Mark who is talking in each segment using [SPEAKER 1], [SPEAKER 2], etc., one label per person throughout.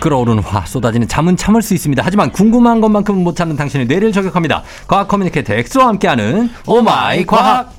[SPEAKER 1] 끓어오르는 화 쏟아지는 잠은 참을 수 있습니다. 하지만 궁금한 것만큼은 못 참는 당신의 뇌를 저격합니다. 과학 커뮤니케이터 엑소와 함께하는 오마이 과학.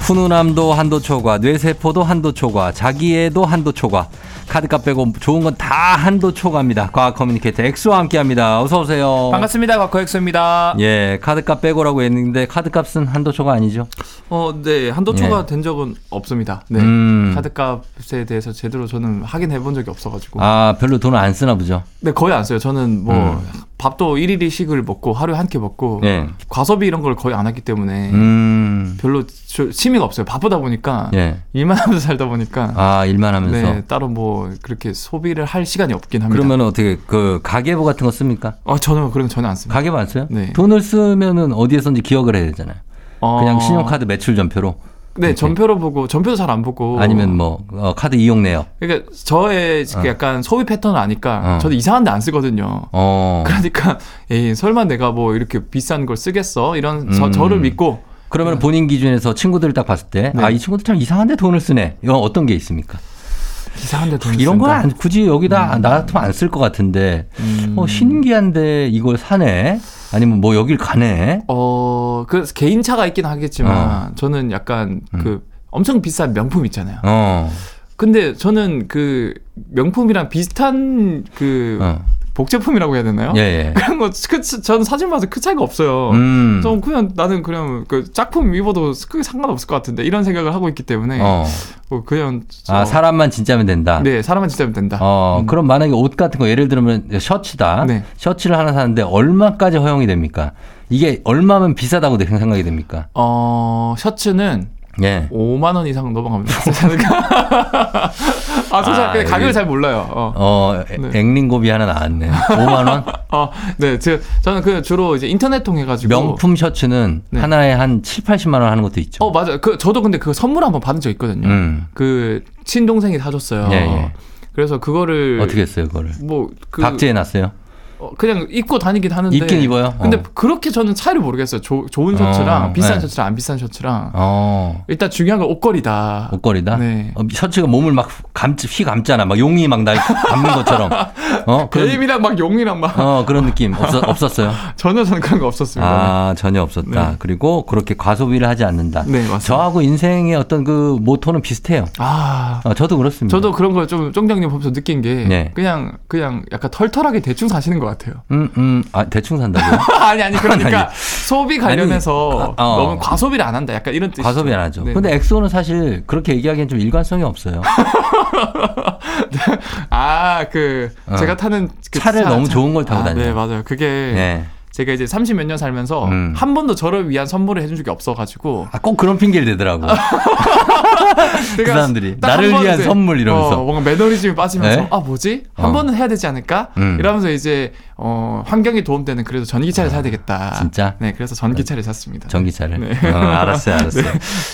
[SPEAKER 1] 훈훈함도 한도 초과, 뇌세포도 한도 초과, 자기애도 한도 초과. 카드값 빼고 좋은 건 다 한도 초과입니다. 과학 커뮤니케이터 엑소와 함께합니다. 어서 오세요.
[SPEAKER 2] 반갑습니다. 과코엑소입니다.
[SPEAKER 1] 예, 카드값 빼고라고 했는데 카드값은 한도 초과 아니죠?
[SPEAKER 2] 어, 네. 한도
[SPEAKER 1] 예.
[SPEAKER 2] 초과 된 적은 없습니다. 네.
[SPEAKER 1] 음.
[SPEAKER 2] 카드값에 대해서 제대로 저는 확인해 본 적이 없어가지고.
[SPEAKER 1] 아, 별로 돈을 안 쓰나 보죠.
[SPEAKER 2] 네, 거의 안 써요. 저는 뭐, 밥도 일일이식을 먹고 하루에 한 끼 먹고.
[SPEAKER 1] 음. 예.
[SPEAKER 2] 과소비 이런 걸 거의 안 하기 때문에
[SPEAKER 1] 음.
[SPEAKER 2] 별로 저- 취미가 없어요. 바쁘다 보니까.
[SPEAKER 1] 예.
[SPEAKER 2] 일만 하면서 살다 보니까.
[SPEAKER 1] 아, 일만 하면서.
[SPEAKER 2] 네, 따로 뭐 그렇게 소비를 할 시간이 없긴 합니다.
[SPEAKER 1] 그러면 어떻게 그 가계부 같은 거 씁니까?
[SPEAKER 2] 아, 저는 그런 거 전혀 안 씁니다.
[SPEAKER 1] 가계부 안 써요?
[SPEAKER 2] 네.
[SPEAKER 1] 돈을 쓰면은 어디에선지 기억을 해야 되잖아요.
[SPEAKER 2] 어,
[SPEAKER 1] 그냥 신용카드 매출 전표로
[SPEAKER 2] 네, 전표로 보고 전표도 잘 안 보고
[SPEAKER 1] 아니면 뭐 어, 카드 이용 내역.
[SPEAKER 2] 그러니까 저의 그 약간 소비 패턴을 아니까
[SPEAKER 1] 어.
[SPEAKER 2] 저도 이상한 데 안 쓰거든요.
[SPEAKER 1] 어.
[SPEAKER 2] 그러니까 에이, 설마 내가 뭐 이렇게 비싼 걸 쓰겠어? 이런 저,
[SPEAKER 1] 음.
[SPEAKER 2] 저를 믿고
[SPEAKER 1] 그러면 본인 기준에서 친구들 딱 봤을 때,
[SPEAKER 2] 네.
[SPEAKER 1] 아, 이 친구들 참 이상한데 돈을 쓰네. 이건 어떤 게 있습니까?
[SPEAKER 2] 이상한 데 돈을
[SPEAKER 1] 이런 건
[SPEAKER 2] 쓴다.
[SPEAKER 1] 안- 굳이 여기다 나 같으면 안 쓸 것 같은데,
[SPEAKER 2] 음.
[SPEAKER 1] 어, 신기한데 이걸 사네? 아니면 뭐 여길 가네?
[SPEAKER 2] 어, 그 개인차가 있긴 하겠지만 저는 약간
[SPEAKER 1] 음.
[SPEAKER 2] 그 엄청 비싼 명품 있잖아요.
[SPEAKER 1] 어.
[SPEAKER 2] 근데 저는 그 명품이랑 비슷한 그
[SPEAKER 1] 어.
[SPEAKER 2] 복제품이라고 해야 되나요?
[SPEAKER 1] 예, 예.
[SPEAKER 2] 그런 거 그, 저는 사진 봐서 그 차이가 없어요.
[SPEAKER 1] 음.
[SPEAKER 2] 좀 그냥 나는 그냥 그 짝품 입어도 크게 상관없을 것 같은데 이런 생각을 하고 있기 때문에
[SPEAKER 1] 어.
[SPEAKER 2] 뭐 그냥 저-
[SPEAKER 1] 아, 사람만 진짜면 된다.
[SPEAKER 2] 네 사람만 지자면 된다.
[SPEAKER 1] 어, 그럼 만약에 옷 같은 거 예를 들면 셔츠다.
[SPEAKER 2] 네.
[SPEAKER 1] 셔츠를 하나 사는데 얼마까지 허용이 됩니까? 이게 얼마면 비싸다고 생각이 됩니까?
[SPEAKER 2] 어, 셔츠는
[SPEAKER 1] 예.
[SPEAKER 2] 5만 원 이상 넘어가면 비싸지 않을까? 아, 저
[SPEAKER 1] 아,
[SPEAKER 2] 잘, 근데 가격을
[SPEAKER 1] 이게-
[SPEAKER 2] 잘 몰라요. 어.
[SPEAKER 1] 어, 에-
[SPEAKER 2] 네.
[SPEAKER 1] 앵링고비 하나 나왔네. 5만 원?
[SPEAKER 2] 어, 네, 저, 저는 그 주로 이제 인터넷 통해 가지고
[SPEAKER 1] 명품 셔츠는
[SPEAKER 2] 네.
[SPEAKER 1] 하나에 한 7, 80만 원 하는 것도 있죠.
[SPEAKER 2] 어, 맞아. 그 저도 근데 그 선물 한번 받은 적 있거든요.
[SPEAKER 1] 음.
[SPEAKER 2] 그 친동생이 사줬어요.
[SPEAKER 1] 예, 예.
[SPEAKER 2] 그래서 그거를
[SPEAKER 1] 어떻게 했어요, 그거를?
[SPEAKER 2] 뭐그
[SPEAKER 1] 박제해 놨어요.
[SPEAKER 2] 그냥 입고 다니긴 하는데
[SPEAKER 1] 입긴 입어요?
[SPEAKER 2] 근데
[SPEAKER 1] 어.
[SPEAKER 2] 그렇게 저는 차이를 모르겠어요. 조- 좋은 셔츠랑
[SPEAKER 1] 어,
[SPEAKER 2] 비싼
[SPEAKER 1] 네.
[SPEAKER 2] 셔츠랑 안 비싼 셔츠랑
[SPEAKER 1] 어.
[SPEAKER 2] 일단 중요한 건 옷걸이다.
[SPEAKER 1] 옷걸이다.
[SPEAKER 2] 네.
[SPEAKER 1] 어, 셔츠가 몸을 막 감, 휘 감잖아. 막 용이 막 날 감는 것처럼. 어, 그런,
[SPEAKER 2] 배임이랑 막 용이랑 막
[SPEAKER 1] 어, 그런 느낌 없었, 없었어요.
[SPEAKER 2] 전혀 저는 그런 거 없었습니다.
[SPEAKER 1] 아, 전혀 없었다. 그리고 그렇게 과소비를 하지 않는다.
[SPEAKER 2] 네 맞습니다.
[SPEAKER 1] 저하고 인생의 어떤 그 모토는 비슷해요.
[SPEAKER 2] 아
[SPEAKER 1] 어, 저도 그렇습니다.
[SPEAKER 2] 저도 그런 걸 좀 쫑장님 보면서 느낀 게
[SPEAKER 1] 네.
[SPEAKER 2] 그냥 그냥 약간 털털하게 대충 사시는 것 같아요.
[SPEAKER 1] 음, 음, 아, 대충 산다고요?
[SPEAKER 2] 아니 아니 그러니까 소비 관련해서
[SPEAKER 1] 아니, 아, 어.
[SPEAKER 2] 너무 과소비를 안 한다. 약간 이런 뜻이죠.
[SPEAKER 1] 과소비 안 하죠.
[SPEAKER 2] 네.
[SPEAKER 1] 근데 엑소는 사실 그렇게 얘기하기엔 좀 일관성이 없어요.
[SPEAKER 2] 아 그
[SPEAKER 1] 어.
[SPEAKER 2] 제가 타는 그
[SPEAKER 1] 차를
[SPEAKER 2] 차-
[SPEAKER 1] 너무
[SPEAKER 2] 차-
[SPEAKER 1] 좋은 걸 타고
[SPEAKER 2] 아,
[SPEAKER 1] 다녀요.
[SPEAKER 2] 네 맞아요. 그게
[SPEAKER 1] 네.
[SPEAKER 2] 제가 이제 30 몇 년 살면서
[SPEAKER 1] 음.
[SPEAKER 2] 한 번도 저를 위한 선물을 해준 적이 없어가지고
[SPEAKER 1] 아, 꼭 그런 핑계를 대더라고.
[SPEAKER 2] 제가
[SPEAKER 1] 그 사람들이
[SPEAKER 2] 딱한
[SPEAKER 1] 나를
[SPEAKER 2] 번은
[SPEAKER 1] 위한
[SPEAKER 2] 이제,
[SPEAKER 1] 선물 이러면서.
[SPEAKER 2] 어, 뭔가 매너리즘이 빠지면서
[SPEAKER 1] 네?
[SPEAKER 2] 아 뭐지 한
[SPEAKER 1] 어.
[SPEAKER 2] 번은 해야 되지 않을까
[SPEAKER 1] 음.
[SPEAKER 2] 이러면서 이제 어, 환경에 도움되는 그래도 전기차를 사야
[SPEAKER 1] 아,
[SPEAKER 2] 되겠다
[SPEAKER 1] 진짜?
[SPEAKER 2] 네 그래서 전기차를 샀습니다
[SPEAKER 1] 전기차를.
[SPEAKER 2] 네.
[SPEAKER 1] 어, 알았어요, 알았어요.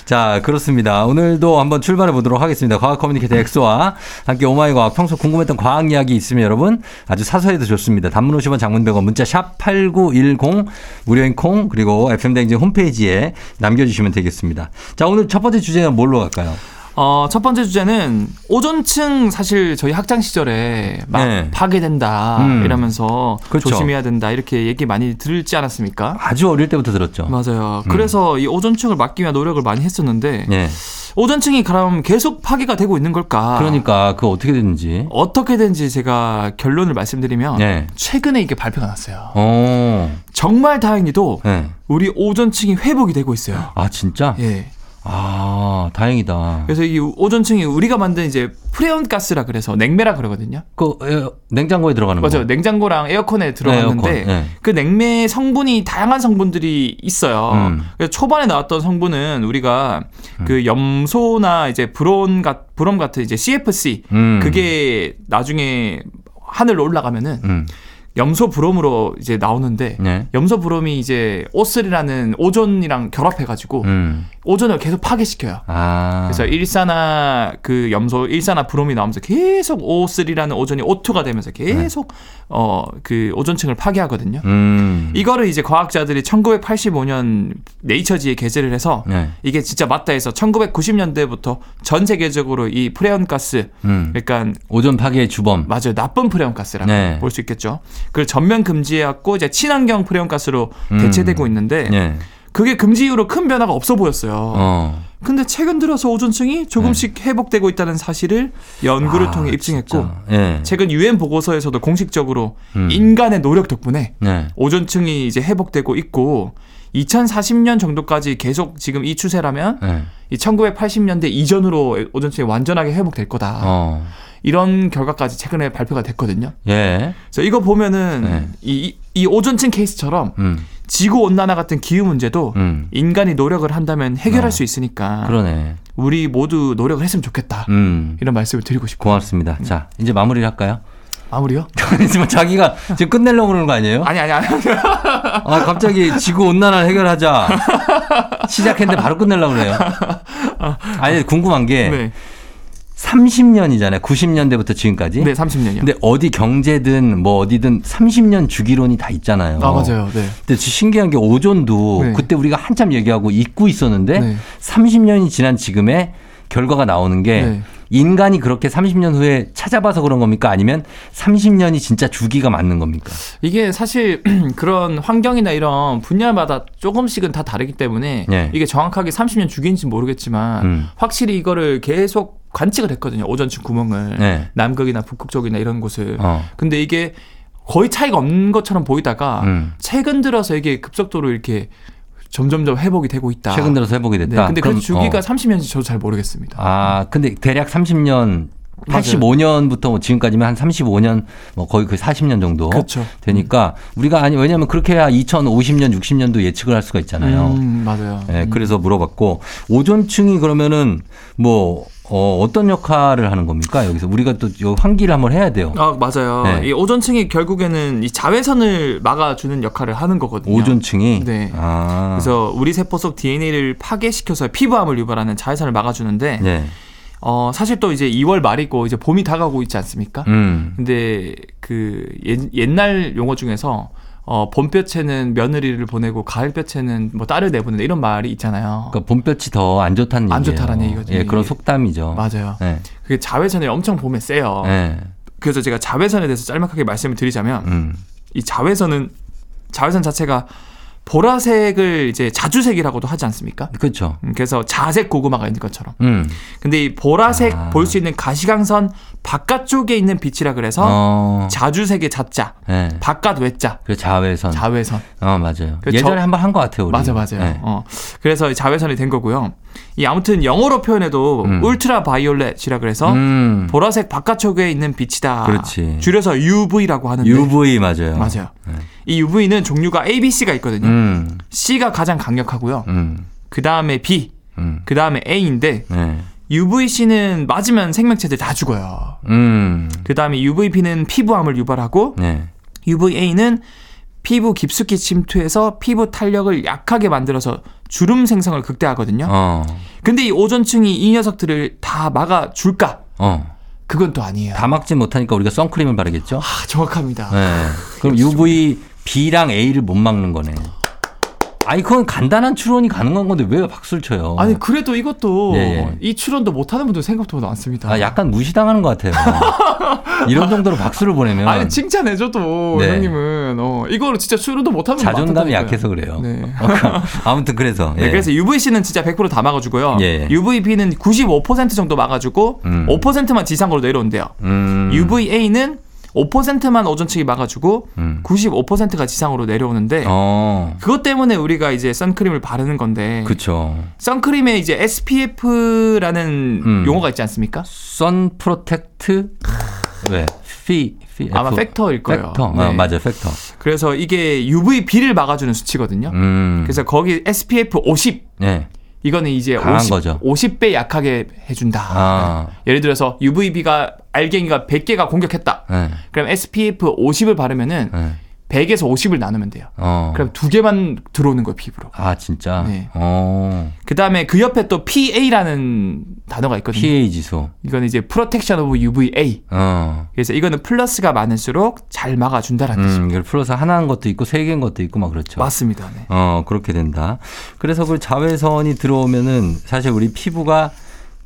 [SPEAKER 1] 자, 그렇습니다. 오늘도 한번 출발해 보도록 하겠습니다. 과학 커뮤니케이터 엑소와 함께 오마이 과학 평소 궁금했던 과학 이야기 있으면 여러분 아주 사소해도 좋습니다. 단문 50원 장문 100원 문자 샵 8910 무료인 콩 그리고 FM대행진 홈페이지에 남겨주시면 되겠습니다. 자, 오늘 첫 번째 주제는 뭘로 갈까요?
[SPEAKER 2] 어, 첫 번째 주제는 오존층 사실 저희 학창 시절에 막
[SPEAKER 1] 네.
[SPEAKER 2] 파괴된다
[SPEAKER 1] 음.
[SPEAKER 2] 이러면서
[SPEAKER 1] 그렇죠.
[SPEAKER 2] 조심해야 된다 이렇게 얘기 많이 들지 않았습니까
[SPEAKER 1] 아주 어릴 음. 때부터 들었죠.
[SPEAKER 2] 맞아요 그래서 이 오존층을 막기 위한 노력을 많이 했었는데
[SPEAKER 1] 예.
[SPEAKER 2] 오존층이 그럼 계속 파괴가 되고 있는 걸까?
[SPEAKER 1] 그러니까 그거 어떻게 됐는지.
[SPEAKER 2] 어떻게 된지 제가 결론을 말씀드리면
[SPEAKER 1] 예.
[SPEAKER 2] 최근에 이게 발표가 났어요.
[SPEAKER 1] 어.
[SPEAKER 2] 정말 다행히도
[SPEAKER 1] 예.
[SPEAKER 2] 우리 오존층이 회복이 되고 있어요.
[SPEAKER 1] 아, 진짜?
[SPEAKER 2] 예.
[SPEAKER 1] 아, 다행이다.
[SPEAKER 2] 그래서 이 오존층이 우리가 만든 이제 프레온 가스라 그래서 냉매라 그러거든요. 예.
[SPEAKER 1] 그 에, 냉장고에 들어가는 거.
[SPEAKER 2] 맞아요. 냉장고랑 에어컨에 들어갔는데
[SPEAKER 1] 음. 에어컨, 예.
[SPEAKER 2] 그 냉매 성분이 다양한 성분들이 있어요.
[SPEAKER 1] 음.
[SPEAKER 2] 그래서 초반에 나왔던 성분은 우리가 그 염소나 이제 브론 같 브롬 같은 이제 CFC
[SPEAKER 1] 음.
[SPEAKER 2] 그게 나중에 하늘로 올라가면은
[SPEAKER 1] 음.
[SPEAKER 2] 염소 브롬으로 이제 나오는데
[SPEAKER 1] 네.
[SPEAKER 2] 염소 브롬이 이제 오슬이라는 오존이랑 결합해가지고
[SPEAKER 1] 음.
[SPEAKER 2] 오존을 계속 파괴시켜요.
[SPEAKER 1] 아.
[SPEAKER 2] 그래서 일산화 그 염소 일산화 브롬이 나오면서 계속 O3라는 오존이 O2가 되면서 계속 어 그 오존층을 파괴하거든요.
[SPEAKER 1] 네. 음.
[SPEAKER 2] 이거를 이제 과학자들이 1985년 네이처지에 게재를 해서
[SPEAKER 1] 네.
[SPEAKER 2] 이게 진짜 맞다 해서 1990년대부터 전 세계적으로 이 프레온 가스
[SPEAKER 1] 음.
[SPEAKER 2] 그러니까
[SPEAKER 1] 오존 파괴의 주범.
[SPEAKER 2] 맞아요 나쁜 프레온 가스라고
[SPEAKER 1] 네.
[SPEAKER 2] 볼 수 있겠죠. 그걸 전면 금지해갖고 이제 친환경 프레온 가스로
[SPEAKER 1] 음.
[SPEAKER 2] 대체되고 있는데
[SPEAKER 1] 예.
[SPEAKER 2] 그게 금지 이후로 큰 변화가 없어 보였어요.
[SPEAKER 1] 어. 네.
[SPEAKER 2] 근데 최근 들어서 오존층이 조금씩 회복되고 있다는 사실을 연구를
[SPEAKER 1] 아,
[SPEAKER 2] 통해 입증했고
[SPEAKER 1] 진짜. 예.
[SPEAKER 2] 최근 유엔 보고서에서도 공식적으로
[SPEAKER 1] 음.
[SPEAKER 2] 인간의 노력 덕분에
[SPEAKER 1] 네.
[SPEAKER 2] 오존층이 이제 회복되고 있고 2040년 정도까지 계속 지금 이 추세라면
[SPEAKER 1] 예.
[SPEAKER 2] 이 1980년대 이전으로 오존층이 완전하게 회복될 거다.
[SPEAKER 1] 어.
[SPEAKER 2] 이런 결과까지 최근에 발표가 됐거든요.
[SPEAKER 1] 예.
[SPEAKER 2] 그래서 이거 보면은
[SPEAKER 1] 네.
[SPEAKER 2] 이, 이 오존층 케이스처럼
[SPEAKER 1] 음.
[SPEAKER 2] 지구 온난화 같은 기후 문제도
[SPEAKER 1] 음.
[SPEAKER 2] 인간이 노력을 한다면 해결할
[SPEAKER 1] 네.
[SPEAKER 2] 수 있으니까
[SPEAKER 1] 그러네.
[SPEAKER 2] 우리 모두 노력을 했으면 좋겠다.
[SPEAKER 1] 음.
[SPEAKER 2] 이런 말씀을 드리고 싶고
[SPEAKER 1] 고맙습니다.
[SPEAKER 2] 음.
[SPEAKER 1] 자, 이제 마무리를 할까요?
[SPEAKER 2] 마무리요?
[SPEAKER 1] 아니, 지금 자기가 지금 끝내려고 그러는 거 아니에요?
[SPEAKER 2] 아니 아니 아니.
[SPEAKER 1] 아, 갑자기 지구 온난화 해결하자. 시작했는데 바로 끝내려고 그래요. 아니, 궁금한 게
[SPEAKER 2] 네.
[SPEAKER 1] 30년이잖아요. 90년대부터 지금까지.
[SPEAKER 2] 네, 30년이요.
[SPEAKER 1] 근데 어디 경제든 뭐 어디든 30년 주기론이 다 있잖아요.
[SPEAKER 2] 아 맞아요. 네.
[SPEAKER 1] 근데 진짜 신기한 게 오존도
[SPEAKER 2] 네.
[SPEAKER 1] 그때 우리가 한참 얘기하고 잊고 있었는데
[SPEAKER 2] 네.
[SPEAKER 1] 30년이 지난 지금에 결과가 나오는 게
[SPEAKER 2] 네.
[SPEAKER 1] 인간이 그렇게 30년 후에 찾아봐서 그런 겁니까? 아니면 30년이 진짜 주기가 맞는 겁니까?
[SPEAKER 2] 이게 사실 그런 환경이나 이런 분야마다 조금씩은 다 다르기 때문에
[SPEAKER 1] 네.
[SPEAKER 2] 이게 정확하게 30년 주기인지 는 모르겠지만
[SPEAKER 1] 음.
[SPEAKER 2] 확실히 이거를 계속 관측을 했거든요. 오존층 구멍을
[SPEAKER 1] 네.
[SPEAKER 2] 남극이나 북극 쪽이나 이런 곳을.
[SPEAKER 1] 어.
[SPEAKER 2] 근데 이게 거의 차이가 없는 것처럼 보이다가
[SPEAKER 1] 음.
[SPEAKER 2] 최근 들어서 이게 급속도로 이렇게 점점점 회복이 되고 있다.
[SPEAKER 1] 최근 들어서 해보게 됐다.
[SPEAKER 2] 네, 근데
[SPEAKER 1] 그럼,
[SPEAKER 2] 그 주기가
[SPEAKER 1] 어.
[SPEAKER 2] 30년인지 저도 잘 모르겠습니다.
[SPEAKER 1] 아, 근데 대략 30년 85년부터 뭐 지금까지면 한 35년 뭐 거의 그 40년 정도
[SPEAKER 2] 그렇죠.
[SPEAKER 1] 되니까 우리가 아니 왜냐면 그렇게 해야 2050년 60년도 예측을 할 수가 있잖아요.
[SPEAKER 2] 음, 맞아요.
[SPEAKER 1] 예, 그래서 물어봤고 오존층이 그러면은 뭐 어, 어떤 역할을 하는 겁니까? 여기서 우리가 또 요 환기를 한번 해야 돼요.
[SPEAKER 2] 아 맞아요.
[SPEAKER 1] 네.
[SPEAKER 2] 이 오존층이 결국에는 이 자외선을 막아주는 역할을 하는 거거든요.
[SPEAKER 1] 오존층이
[SPEAKER 2] 네.
[SPEAKER 1] 아.
[SPEAKER 2] 그래서 우리 세포 속 DNA를 파괴시켜서 피부암을 유발하는 자외선을 막아주는데
[SPEAKER 1] 네.
[SPEAKER 2] 어, 사실 또 이제 2월 말이고 이제 봄이 다가오고 있지 않습니까?
[SPEAKER 1] 음.
[SPEAKER 2] 근데 그 옛, 옛날 용어 중에서 어, 봄볕에는 며느리를 보내고 가을볕에는 뭐 딸을 내보낸다 이런 말이 있잖아요.
[SPEAKER 1] 그러니까 봄볕이 더 안 좋다는 얘기예요.
[SPEAKER 2] 안 좋다라는 얘기거든요.
[SPEAKER 1] 예, 그런 속담이죠.
[SPEAKER 2] 맞아요.
[SPEAKER 1] 네.
[SPEAKER 2] 그게 자외선이 엄청 봄에 세요.
[SPEAKER 1] 네.
[SPEAKER 2] 그래서 제가 자외선에 대해서 짤막하게 말씀을 드리자면
[SPEAKER 1] 음.
[SPEAKER 2] 이 자외선은 자외선 자체가 보라색을 이제 자주색이라고도 하지 않습니까?
[SPEAKER 1] 그렇죠.
[SPEAKER 2] 음, 그래서 자색 고구마가 있는 것처럼.
[SPEAKER 1] 음.
[SPEAKER 2] 근데 이 보라색
[SPEAKER 1] 아.
[SPEAKER 2] 볼 수 있는 가시광선 바깥쪽에 있는 빛이라 그래서
[SPEAKER 1] 어.
[SPEAKER 2] 자주색의 자자,
[SPEAKER 1] 예.
[SPEAKER 2] 바깥 외자,
[SPEAKER 1] 그 자외선.
[SPEAKER 2] 자외선.
[SPEAKER 1] 어, 맞아요.
[SPEAKER 2] 그
[SPEAKER 1] 예전에
[SPEAKER 2] 저-
[SPEAKER 1] 한 번 한 것 같아요, 우리.
[SPEAKER 2] 맞아 맞아요.
[SPEAKER 1] 예.
[SPEAKER 2] 어. 그래서 이 자외선이 된 거고요. 이 아무튼 영어로 표현해도
[SPEAKER 1] 음.
[SPEAKER 2] 울트라 바이올렛이라 그래서
[SPEAKER 1] 음.
[SPEAKER 2] 보라색 바깥쪽에 있는 빛이다.
[SPEAKER 1] 그렇지.
[SPEAKER 2] 줄여서 UV라고 하는데
[SPEAKER 1] UV 맞아요.
[SPEAKER 2] 맞아요.
[SPEAKER 1] 네.
[SPEAKER 2] 이 UV는 종류가 A, B, C가 있거든요.
[SPEAKER 1] 음.
[SPEAKER 2] C가 가장 강력하고요.
[SPEAKER 1] 음.
[SPEAKER 2] 그 다음에 B,
[SPEAKER 1] 음.
[SPEAKER 2] 그 다음에 A인데
[SPEAKER 1] 네.
[SPEAKER 2] UVC는 맞으면 생명체들 다 죽어요.
[SPEAKER 1] 음.
[SPEAKER 2] 그 다음에 UVB는 피부암을 유발하고
[SPEAKER 1] 네.
[SPEAKER 2] UVA는 피부 깊숙이 침투해서 피부 탄력을 약하게 만들어서 주름 생성을 극대화하거든요.
[SPEAKER 1] 어.
[SPEAKER 2] 근데 이 오존층이 이 녀석들을 다 막아줄까?
[SPEAKER 1] 어.
[SPEAKER 2] 그건 또 아니에요.
[SPEAKER 1] 다 막지 못하니까 우리가 선크림을 바르겠죠?
[SPEAKER 2] 아, 그렇죠. 정확합니다.
[SPEAKER 1] 네. 그럼 UV B랑 A를 못 막는 거네. 아니 그건 간단한 추론이 가능한 건데 왜 박수를 쳐요?
[SPEAKER 2] 아니 그래도 이것도
[SPEAKER 1] 예, 예.
[SPEAKER 2] 이 추론도 못하는 분들 생각보다 많습니다.
[SPEAKER 1] 아, 약간 무시당하는 것 같아요. 이런 정도로 박수를 보내면
[SPEAKER 2] 아니 칭찬해줘도
[SPEAKER 1] 네.
[SPEAKER 2] 형님은 어, 이거를 진짜 추론도 못하는 분
[SPEAKER 1] 자존감이
[SPEAKER 2] 많다니까요.
[SPEAKER 1] 약해서 그래요.
[SPEAKER 2] 네.
[SPEAKER 1] 아무튼 그래서
[SPEAKER 2] 네,
[SPEAKER 1] 예.
[SPEAKER 2] 그래서 UVC는 진짜 100%다 막아주고요.
[SPEAKER 1] 예.
[SPEAKER 2] UVB는 95% 정도 막아주고
[SPEAKER 1] 음.
[SPEAKER 2] 5%만 지상으로 내려온대요.
[SPEAKER 1] 음,
[SPEAKER 2] UVA는 5%만 오존층이 막아주고
[SPEAKER 1] 음.
[SPEAKER 2] 95%가 지상으로 내려오는데
[SPEAKER 1] 어,
[SPEAKER 2] 그것 때문에 우리가 이제 선크림을 바르는 건데
[SPEAKER 1] 그쵸.
[SPEAKER 2] 선크림에 이제 SPF라는
[SPEAKER 1] 음.
[SPEAKER 2] 용어가 있지 않습니까?
[SPEAKER 1] 선 프로텍트 왜? 피, 피
[SPEAKER 2] 네. 아마
[SPEAKER 1] F-
[SPEAKER 2] 팩터일 거예요.
[SPEAKER 1] 팩터.
[SPEAKER 2] 네.
[SPEAKER 1] 아, 맞아 팩터.
[SPEAKER 2] 그래서 이게 UVB를 막아주는 수치거든요.
[SPEAKER 1] 음.
[SPEAKER 2] 그래서 거기 SPF 50
[SPEAKER 1] 예.
[SPEAKER 2] 이거는 이제
[SPEAKER 1] 강한
[SPEAKER 2] 50,
[SPEAKER 1] 거죠.
[SPEAKER 2] 50배 약하게 해준다.
[SPEAKER 1] 아.
[SPEAKER 2] 예를 들어서 UVB가 알갱이가 100개가 공격했다.
[SPEAKER 1] 예.
[SPEAKER 2] 그럼 SPF 50을 바르면은
[SPEAKER 1] 예.
[SPEAKER 2] 100에서 50을 나누면 돼요.
[SPEAKER 1] 어.
[SPEAKER 2] 그럼 두 개만 들어오는 거예요, 피부로.
[SPEAKER 1] 아 진짜.
[SPEAKER 2] 네.
[SPEAKER 1] 어.
[SPEAKER 2] 그 다음에 그 옆에 또 PA라는 단어가 있거든요.
[SPEAKER 1] PA 지수.
[SPEAKER 2] 이건 이제 Protection of UVA.
[SPEAKER 1] 어.
[SPEAKER 2] 그래서 이이거는 플러스가 많을수록 잘 막아준다라는 뜻입니다.
[SPEAKER 1] 음, 이걸 플러스 하나인 것도 있고 세 개인 것도 있고 막 그렇죠.
[SPEAKER 2] 맞습니다. 네.
[SPEAKER 1] 어, 그렇게 된다. 그래서 그 자외선이 들어오면은 사실 우리 피부가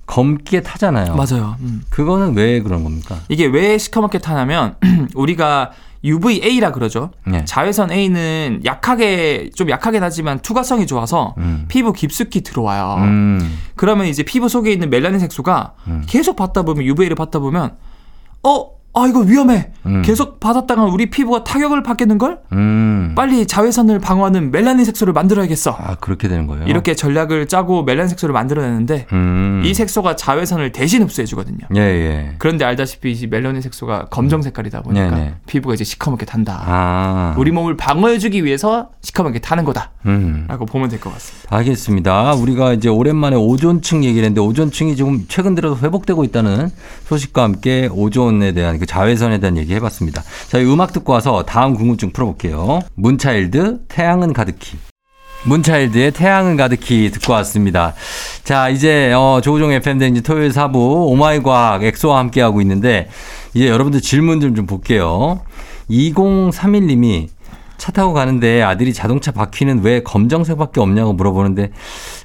[SPEAKER 1] 검게 타잖아요.
[SPEAKER 2] 맞아요. 음.
[SPEAKER 1] 그거는 왜 그런 겁니까?
[SPEAKER 2] 이게 왜 시커멓게 타냐면 우리가 UVA라 그러죠.
[SPEAKER 1] 네.
[SPEAKER 2] 자외선 A는 약하게 좀 약하긴 하지만 투과성이 좋아서
[SPEAKER 1] 음.
[SPEAKER 2] 피부 깊숙이 들어와요.
[SPEAKER 1] 음.
[SPEAKER 2] 그러면 이제 피부 속에 있는 멜라닌 색소가
[SPEAKER 1] 음.
[SPEAKER 2] 계속 받다 보면 UV를 받다 보면 어, 아 이거 위험해.
[SPEAKER 1] 음.
[SPEAKER 2] 계속 받았다가 우리 피부가 타격을 받겠는 걸?
[SPEAKER 1] 음.
[SPEAKER 2] 빨리 자외선을 방어하는 멜라닌 색소를 만들어야겠어.
[SPEAKER 1] 아, 그렇게 되는 거예요.
[SPEAKER 2] 이렇게 전략을 짜고 멜라닌 색소를 만들어내는데
[SPEAKER 1] 음.
[SPEAKER 2] 이 색소가 자외선을 대신 흡수해주거든요.
[SPEAKER 1] 예, 예.
[SPEAKER 2] 그런데 알다시피 이 멜라닌 색소가 검정 색깔이다 보니까
[SPEAKER 1] 네네.
[SPEAKER 2] 피부가 이제 시커멓게 탄다.
[SPEAKER 1] 아.
[SPEAKER 2] 우리 몸을 방어해주기 위해서 시커멓게 타는 거다라고
[SPEAKER 1] 음.
[SPEAKER 2] 보면 될 것 같습니다.
[SPEAKER 1] 알겠습니다. 우리가 이제 오랜만에 오존층 얘기를 했는데 오존층이 지금 최근 들어서 회복되고 있다는 소식과 함께 오존에 대한 그 자외선에 대한 얘기 해봤습니다. 자, 이 음악 듣고 와서 다음 궁금증 풀어볼게요. 문차일드 태양은 가득히. 문차일드의 태양은 가득히 듣고 왔습니다. 자, 이제, 어, 조우종 FM 댕지 토요일 사부 오마이과학 엑소와 함께하고 있는데, 이제 여러분들 질문 좀, 좀 볼게요. 2031님이 차 타고 가는데 아들이 자동차 바퀴는 왜 검정색밖에 없냐고 물어보는데,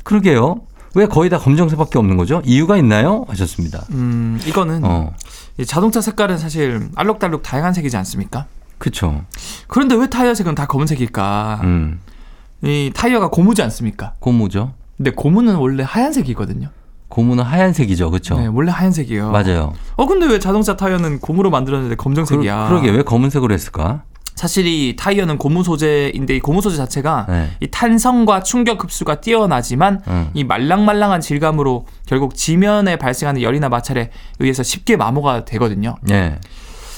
[SPEAKER 1] 그러게요. 왜 거의 다 검정색밖에 없는 거죠? 이유가 있나요? 하셨습니다.
[SPEAKER 2] 음, 이거는
[SPEAKER 1] 어,
[SPEAKER 2] 이 자동차 색깔은 사실 알록달록 다양한 색이지 않습니까?
[SPEAKER 1] 그쵸.
[SPEAKER 2] 그런데 왜 타이어 색은 다 검은색일까?
[SPEAKER 1] 음,
[SPEAKER 2] 이 타이어가 고무지 않습니까?
[SPEAKER 1] 고무죠.
[SPEAKER 2] 근데 고무는 원래 하얀색이거든요.
[SPEAKER 1] 고무는 하얀색이죠. 그쵸.
[SPEAKER 2] 네, 원래 하얀색이에요.
[SPEAKER 1] 맞아요.
[SPEAKER 2] 어, 근데 왜 자동차 타이어는 고무로 만들었는데
[SPEAKER 1] 그,
[SPEAKER 2] 검정색이야?
[SPEAKER 1] 그러게 왜 검은색으로 했을까?
[SPEAKER 2] 사실 이 타이어는 고무 소재인데 이 고무 소재 자체가
[SPEAKER 1] 네.
[SPEAKER 2] 이 탄성과 충격 흡수가 뛰어나지만
[SPEAKER 1] 음.
[SPEAKER 2] 이 말랑말랑한 질감으로 결국 지면에 발생하는 열이나 마찰에 의해서 쉽게 마모가 되거든요.
[SPEAKER 1] 예.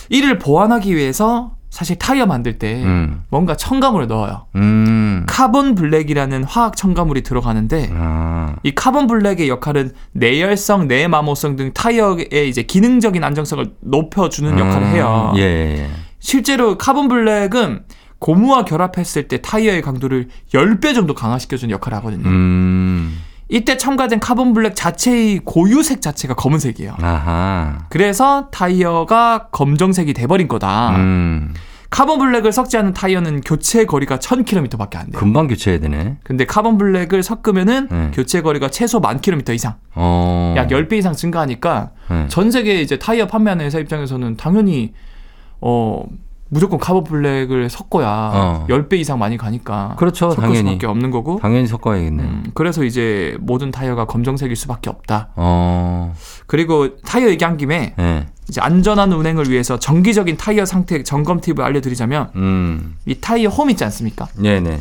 [SPEAKER 2] 이를 보완하기 위해서 사실 타이어 만들 때
[SPEAKER 1] 음.
[SPEAKER 2] 뭔가 첨가물을 넣어요.
[SPEAKER 1] 음.
[SPEAKER 2] 카본 블랙이라는 화학 첨가물이 들어가는데
[SPEAKER 1] 아,
[SPEAKER 2] 이 카본 블랙의 역할은 내열성, 내마모성 등 타이어의 이제 기능적인 안정성을 높여주는 역할을 해요.
[SPEAKER 1] 음, 예, 예. 예.
[SPEAKER 2] 실제로 카본 블랙은 고무와 결합했을 때 타이어의 강도를 10배 정도 강화시켜주는 역할을 하거든요.
[SPEAKER 1] 음,
[SPEAKER 2] 이때 첨가된 카본 블랙 자체의 고유색 자체가 검은색이에요.
[SPEAKER 1] 아하.
[SPEAKER 2] 그래서 타이어가 검정색이 돼버린 거다.
[SPEAKER 1] 음,
[SPEAKER 2] 카본 블랙을 섞지 않은 타이어는 교체 거리가 1000km밖에 안 돼요.
[SPEAKER 1] 금방 교체해야 되네.
[SPEAKER 2] 근데 카본 블랙을 섞으면은
[SPEAKER 1] 음.
[SPEAKER 2] 교체 거리가 최소 1 0 0 km 이상,
[SPEAKER 1] 어.
[SPEAKER 2] 약 10배 이상 증가하니까
[SPEAKER 1] 네.
[SPEAKER 2] 전 세계 이제 타이어 판매하는 회사 입장에서는 당연히 어 무조건 카본 블랙을 섞어야
[SPEAKER 1] 어.
[SPEAKER 2] 10배 이상 많이 가니까
[SPEAKER 1] 그렇죠,
[SPEAKER 2] 섞을
[SPEAKER 1] 당연히.
[SPEAKER 2] 수밖에 없는 거고
[SPEAKER 1] 당연히 섞어야겠네.
[SPEAKER 2] 음, 그래서 이제 모든 타이어가 검정색일 수밖에 없다.
[SPEAKER 1] 어,
[SPEAKER 2] 그리고 타이어 얘기한 김에
[SPEAKER 1] 예.
[SPEAKER 2] 이제 안전한 운행을 위해서 정기적인 타이어 상태 점검 팁을 알려드리자면
[SPEAKER 1] 음,
[SPEAKER 2] 이 타이어 홈 있지 않습니까?
[SPEAKER 1] 네네.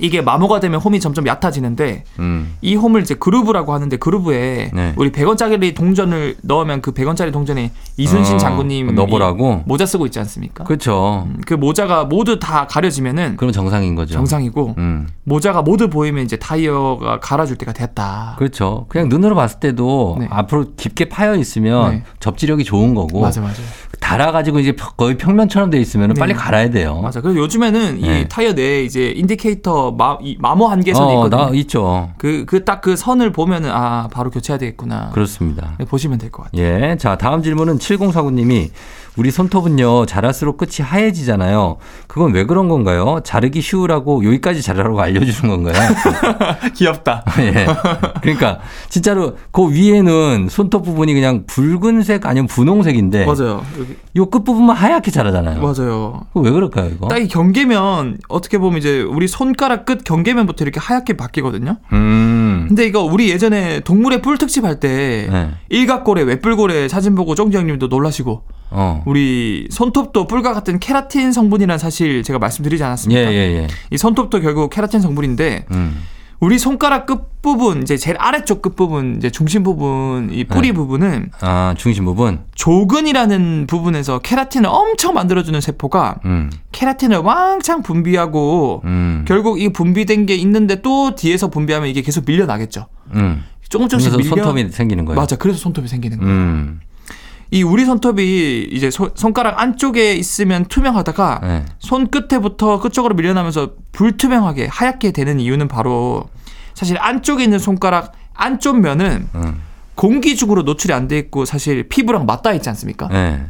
[SPEAKER 2] 이게 마모가 되면 홈이 점점 얕아지는데
[SPEAKER 1] 음,
[SPEAKER 2] 이 홈을 이제 그루브라고 하는데 그루브에
[SPEAKER 1] 네.
[SPEAKER 2] 우리 100원짜리 동전을 넣으면 그 100원짜리 동전에 이순신 음.
[SPEAKER 1] 어,
[SPEAKER 2] 장군님
[SPEAKER 1] 넣어보라고?
[SPEAKER 2] 모자 쓰고 있지 않습니까? 그,
[SPEAKER 1] 그쵸.
[SPEAKER 2] 모자가 모두 다 가려지면은
[SPEAKER 1] 그럼 정상인 거죠.
[SPEAKER 2] 정상이고
[SPEAKER 1] 음,
[SPEAKER 2] 모자가 모두 보이면 이제 타이어가 갈아줄 때가 됐다.
[SPEAKER 1] 그렇죠. 그냥 눈으로 봤을 때도
[SPEAKER 2] 네.
[SPEAKER 1] 앞으로 깊게 파여 있으면
[SPEAKER 2] 네.
[SPEAKER 1] 접지력이 좋은 거고
[SPEAKER 2] 맞아 맞아
[SPEAKER 1] 달아가지고 이제 거의 평면처럼 돼 있으면 은
[SPEAKER 2] 네.
[SPEAKER 1] 빨리 갈아야 돼요.
[SPEAKER 2] 맞아. 그리고 요즘에는
[SPEAKER 1] 어. 네.
[SPEAKER 2] 이 타이어 내에 이제 인디케이터 마, 이 마모 한계선이
[SPEAKER 1] 어,
[SPEAKER 2] 있거든요.
[SPEAKER 1] 나 있죠.
[SPEAKER 2] 그 그 딱 그 선을 보면은 아 바로 교체해야 되겠구나.
[SPEAKER 1] 그렇습니다.
[SPEAKER 2] 네, 보시면 될 것 같아요.
[SPEAKER 1] 예. 자, 다음 질문은 7049님이 우리 손톱은요, 자랄수록 끝이 하얘지잖아요. 그건 왜 그런 건가요? 자르기 쉬우라고 여기까지 자르라고 알려주는 건가요?
[SPEAKER 2] 귀엽다.
[SPEAKER 1] 예. 그러니까, 진짜로 그 위에는 손톱 부분이 그냥 붉은색 아니면 분홍색인데,
[SPEAKER 2] 맞아요. 여기-
[SPEAKER 1] 요 끝부분만 하얗게 자라잖아요.
[SPEAKER 2] 맞아요.
[SPEAKER 1] 그거 왜 그럴까요, 이거?
[SPEAKER 2] 딱 이 경계면 어떻게 보면 이제 우리 손가락 끝 경계면부터 이렇게 하얗게 바뀌거든요.
[SPEAKER 1] 음.
[SPEAKER 2] 근데 이거 우리 예전에 동물의 뿔 특집 할 때
[SPEAKER 1] 네.
[SPEAKER 2] 일각고래 외뿔고래 사진 보고 쫑지 형님도 놀라시고
[SPEAKER 1] 어.
[SPEAKER 2] 우리 손톱도 뿔과 같은 케라틴 성분이라는 사실 제가 말씀드리지
[SPEAKER 1] 예,
[SPEAKER 2] 않았습니까?
[SPEAKER 1] 예, 예.
[SPEAKER 2] 이 손톱도 결국 케라틴 성분인데
[SPEAKER 1] 음.
[SPEAKER 2] 우리 손가락 끝 부분 이제 제일 아래쪽 끝 부분 이제 중심 부분 이
[SPEAKER 1] 네.
[SPEAKER 2] 뿌리 부분은
[SPEAKER 1] 아, 중심 부분?
[SPEAKER 2] 조근이라는 부분에서 케라틴을 엄청 만들어주는 세포가
[SPEAKER 1] 음.
[SPEAKER 2] 케라틴을 왕창 분비하고
[SPEAKER 1] 음.
[SPEAKER 2] 결국 이 분비된 게 있는데 또 뒤에서 분비하면 이게 계속 밀려나겠죠.
[SPEAKER 1] 음.
[SPEAKER 2] 조금 조금씩
[SPEAKER 1] 그래서
[SPEAKER 2] 밀려.
[SPEAKER 1] 손톱이 생기는 거예요.
[SPEAKER 2] 맞아. 그래서 손톱이 생기는 거예요.
[SPEAKER 1] 음.
[SPEAKER 2] 이 우리 손톱이 이제 손- 손가락 안쪽에 있으면 투명하다가
[SPEAKER 1] 네.
[SPEAKER 2] 손끝에부터 끝쪽으로 밀려나면서 불투명하게 하얗게 되는 이유는 바로 사실 안쪽에 있는 손가락 안쪽 면은
[SPEAKER 1] 음.
[SPEAKER 2] 공기중으로 노출이 안 돼 있고 사실 피부랑 맞닿아 있지 않습니까?
[SPEAKER 1] 네.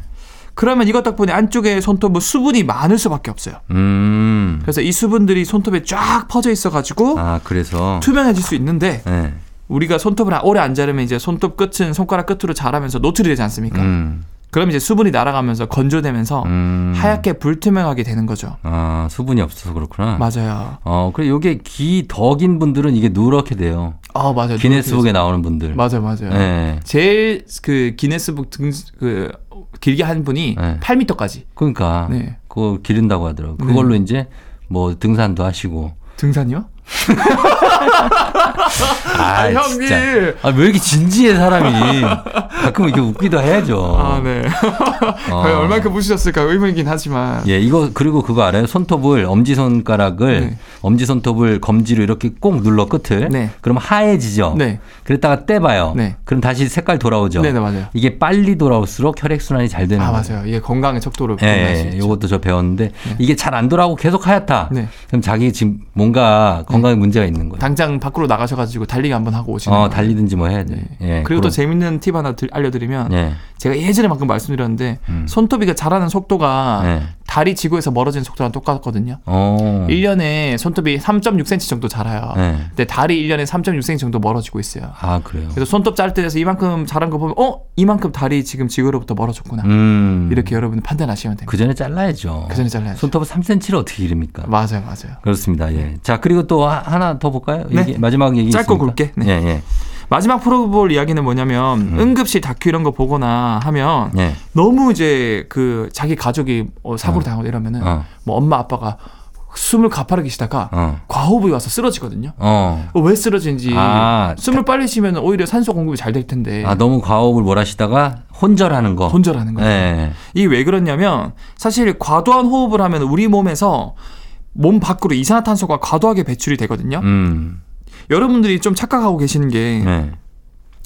[SPEAKER 2] 그러면 이것 덕분에 안쪽에 손톱은 수분이 많을 수밖에 없어요.
[SPEAKER 1] 음.
[SPEAKER 2] 그래서 이 수분들이 손톱에 쫙 퍼져 있어가지고
[SPEAKER 1] 아 그래서.
[SPEAKER 2] 투명해질 수 있는데
[SPEAKER 1] 네.
[SPEAKER 2] 우리가 손톱을 아, 오래 안 자르면 이제 손톱 끝은 손가락 끝으로 자라면서 노출이 되지 않습니까?
[SPEAKER 1] 음.
[SPEAKER 2] 그럼 이제 수분이 날아가면서 건조되면서
[SPEAKER 1] 음.
[SPEAKER 2] 하얗게 불투명하게 되는 거죠.
[SPEAKER 1] 아 수분이 없어서 그렇구나.
[SPEAKER 2] 맞아요.
[SPEAKER 1] 어 그래 요게 기 더 긴 분들은 이게 누렇게 돼요.
[SPEAKER 2] 아 맞아요.
[SPEAKER 1] 기네스북에 나오는 분들.
[SPEAKER 2] 맞아요, 맞아요.
[SPEAKER 1] 네.
[SPEAKER 2] 제일 그 기네스북 등 그 길게 한 분이
[SPEAKER 1] 네.
[SPEAKER 2] 8m까지.
[SPEAKER 1] 그러니까
[SPEAKER 2] 네. 음.
[SPEAKER 1] 그거 기른다고 하더라고. 그걸로 이제 뭐 등산도 하시고.
[SPEAKER 2] 등산이요?
[SPEAKER 1] 아,
[SPEAKER 2] 형님.
[SPEAKER 1] 아왜 이렇게 진지해 사람이. 가끔 이렇게 웃기도 해야죠.
[SPEAKER 2] 아 네.
[SPEAKER 1] 어.
[SPEAKER 2] 과연 얼만큼 웃으셨을까 의문이긴 하지만.
[SPEAKER 1] 예, 이거 그리고 그거 알아요? 손톱을 엄지 손가락을
[SPEAKER 2] 네.
[SPEAKER 1] 엄지 손톱을 검지로 이렇게 꼭 눌러 끝을.
[SPEAKER 2] 네.
[SPEAKER 1] 그럼 하얘지죠.
[SPEAKER 2] 네.
[SPEAKER 1] 그랬다가 떼봐요.
[SPEAKER 2] 네.
[SPEAKER 1] 그럼 다시 색깔 돌아오죠.
[SPEAKER 2] 네, 네 맞아요.
[SPEAKER 1] 이게 빨리 돌아올수록 혈액 순환이 잘 되는
[SPEAKER 2] 아
[SPEAKER 1] 거예요.
[SPEAKER 2] 맞아요. 이게 건강의 척도를 보장할 수
[SPEAKER 1] 예, 예,
[SPEAKER 2] 있죠.
[SPEAKER 1] 요것도 저 배웠는데 이게 잘 안 돌아오고 계속 하얗다.
[SPEAKER 2] 네.
[SPEAKER 1] 그럼 자기 지금 뭔가 건강에 문제가 있는 거예요.
[SPEAKER 2] 당장 밖으로 나가셔가지고 달리기 한번 하고 오시는.
[SPEAKER 1] 어,
[SPEAKER 2] 거.
[SPEAKER 1] 달리든지 뭐 해야 돼. 예,
[SPEAKER 2] 네. 그리고 또
[SPEAKER 1] 그런-
[SPEAKER 2] 재밌는 팁 하나 들- 알려드리면
[SPEAKER 1] 예.
[SPEAKER 2] 제가 예전에 만큼 말씀드렸는데
[SPEAKER 1] 음.
[SPEAKER 2] 손톱이가 자라는 속도가
[SPEAKER 1] 예.
[SPEAKER 2] 달이 지구에서 멀어지는 속도랑 똑같거든요.
[SPEAKER 1] 어.
[SPEAKER 2] 1년에 손톱이 3.6cm 정도 자라요.
[SPEAKER 1] 예.
[SPEAKER 2] 근데 달이 1년에 3.6cm 정도 멀어지고 있어요.
[SPEAKER 1] 아, 그래요.
[SPEAKER 2] 그래서 손톱 자를 때에서 이만큼 자란 거 보면 어 이만큼 달이 지금 지구로부터 멀어졌구나
[SPEAKER 1] 음.
[SPEAKER 2] 이렇게 여러분 판단하시면 됩니다.
[SPEAKER 1] 그 전에 잘라야죠.
[SPEAKER 2] 그 전에 잘라야죠.
[SPEAKER 1] 손톱을 3cm를 어떻게 기릅니까?
[SPEAKER 2] 맞아요, 맞아요.
[SPEAKER 1] 그렇습니다. 예. 자, 그리고 또 하- 하나 더 볼까요?
[SPEAKER 2] 네.
[SPEAKER 1] 얘기- 마지막 얘기
[SPEAKER 2] 짧고
[SPEAKER 1] 있습니까?
[SPEAKER 2] 굵게. 네.
[SPEAKER 1] 예,
[SPEAKER 2] 마지막 프로볼 이야기는 뭐냐면
[SPEAKER 1] 음.
[SPEAKER 2] 응급실 다큐 이런 거 보거나 하면
[SPEAKER 1] 예. 예.
[SPEAKER 2] 너무 이제 그 자기 가족이 어, 사고를
[SPEAKER 1] 어.
[SPEAKER 2] 당하고 이러면은
[SPEAKER 1] 어.
[SPEAKER 2] 뭐 엄마 아빠가 숨을 가파르게 쉬다가
[SPEAKER 1] 어.
[SPEAKER 2] 과호흡이 와서 쓰러지거든요.
[SPEAKER 1] 어.
[SPEAKER 2] 어, 왜 쓰러진지
[SPEAKER 1] 아,
[SPEAKER 2] 숨을 빨리 쉬면 오히려 산소 공급이 잘 될 텐데
[SPEAKER 1] 아, 어. 너무 과호흡을 몰아시다가 혼절하는 거.
[SPEAKER 2] 혼절하는 거예요.
[SPEAKER 1] 예.
[SPEAKER 2] 이게 왜 그렇냐면 사실 과도한 호흡을 하면 우리 몸에서 몸 밖으로 이산화탄소가 과도하게 배출이 되거든요.
[SPEAKER 1] 음.
[SPEAKER 2] 여러분들이 좀 착각하고 계시는 게
[SPEAKER 1] 네.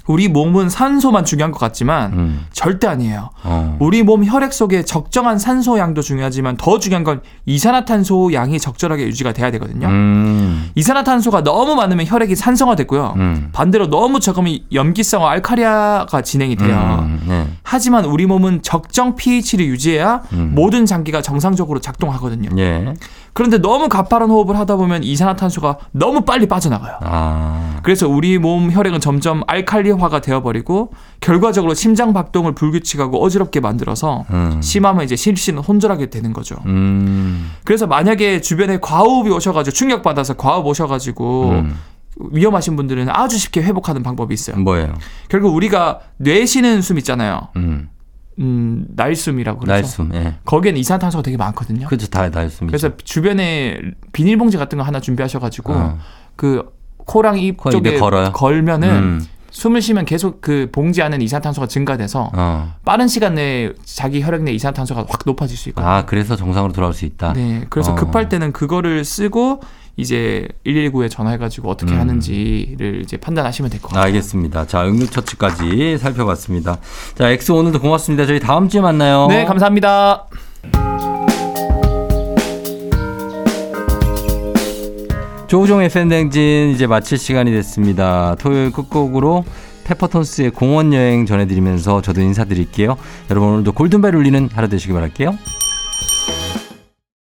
[SPEAKER 2] 우리 몸은 산소만 중요한 것 같지만
[SPEAKER 1] 음.
[SPEAKER 2] 절대 아니에요.
[SPEAKER 1] 어.
[SPEAKER 2] 우리 몸 혈액 속에 적정한 산소 양도 중요하지만 더 중요한 건 이산화탄소 양이 적절하게 유지가 돼야 되거든요.
[SPEAKER 1] 음.
[SPEAKER 2] 이산화탄소가 너무 많으면 혈액이 산성화됐고요.
[SPEAKER 1] 음.
[SPEAKER 2] 반대로 너무 적으면 염기성화 알카리아가 진행이 돼요.
[SPEAKER 1] 음. 네.
[SPEAKER 2] 하지만 우리 몸은 적정 pH를 유지해야
[SPEAKER 1] 음.
[SPEAKER 2] 모든 장기가 정상적으로 작동하거든요.
[SPEAKER 1] 예.
[SPEAKER 2] 그런데 너무 가파른 호흡을 하다 보면 이산화탄소가 너무 빨리 빠져나가요.
[SPEAKER 1] 아.
[SPEAKER 2] 그래서 우리 몸 혈액은 점점 알칼리화가 되어버리고 결과적으로 심장 박동을 불규칙하고 어지럽게 만들어서
[SPEAKER 1] 음.
[SPEAKER 2] 심하면 이제 실시는 혼절하게 되는 거죠.
[SPEAKER 1] 음.
[SPEAKER 2] 그래서 만약에 주변에 과호흡이 오셔가지고 충격받아서 과호흡 오셔가지고
[SPEAKER 1] 음.
[SPEAKER 2] 위험하신 분들은 아주 쉽게 회복하는 방법이 있어요.
[SPEAKER 1] 뭐예요?
[SPEAKER 2] 결국 우리가 뇌 쉬는 숨 있잖아요.
[SPEAKER 1] 음.
[SPEAKER 2] 음, 날숨이라고 그러죠.
[SPEAKER 1] 날숨. 예.
[SPEAKER 2] 거기에는 이산화탄소가 되게 많거든요.
[SPEAKER 1] 그렇죠. 다 날숨이죠.
[SPEAKER 2] 그래서 주변에 비닐봉지 같은 거 하나 준비하셔가지고
[SPEAKER 1] 어.
[SPEAKER 2] 그 코랑 입
[SPEAKER 1] 코 입에
[SPEAKER 2] 쪽에
[SPEAKER 1] 걸어요?
[SPEAKER 2] 걸면은
[SPEAKER 1] 음.
[SPEAKER 2] 숨을 쉬면 계속 그 봉지 안에 이산탄소가 증가돼서
[SPEAKER 1] 어.
[SPEAKER 2] 빠른 시간 내에 자기 혈액 내 이산탄소가 확 높아질 수 있거든요.
[SPEAKER 1] 아, 그래서 정상으로 돌아올 수 있다.
[SPEAKER 2] 네, 그래서
[SPEAKER 1] 어.
[SPEAKER 2] 급할 때는 그거를 쓰고 이제 119에 전화해가지고 어떻게
[SPEAKER 1] 음.
[SPEAKER 2] 하는지를 이제 판단하시면 될 것 같아요.
[SPEAKER 1] 알겠습니다. 자, 응급처치까지 살펴봤습니다. 자, 엑소 오늘도 고맙습니다. 저희 다음 주에 만나요.
[SPEAKER 2] 네, 감사합니다.
[SPEAKER 1] 조우종 FM댕진 이제 마칠 시간이 됐습니다. 토요일 끝곡으로 페퍼톤스의 공원 여행 전해드리면서 저도 인사드릴게요. 여러분 오늘도 골든벨 울리는 하루 되시길 바랄게요.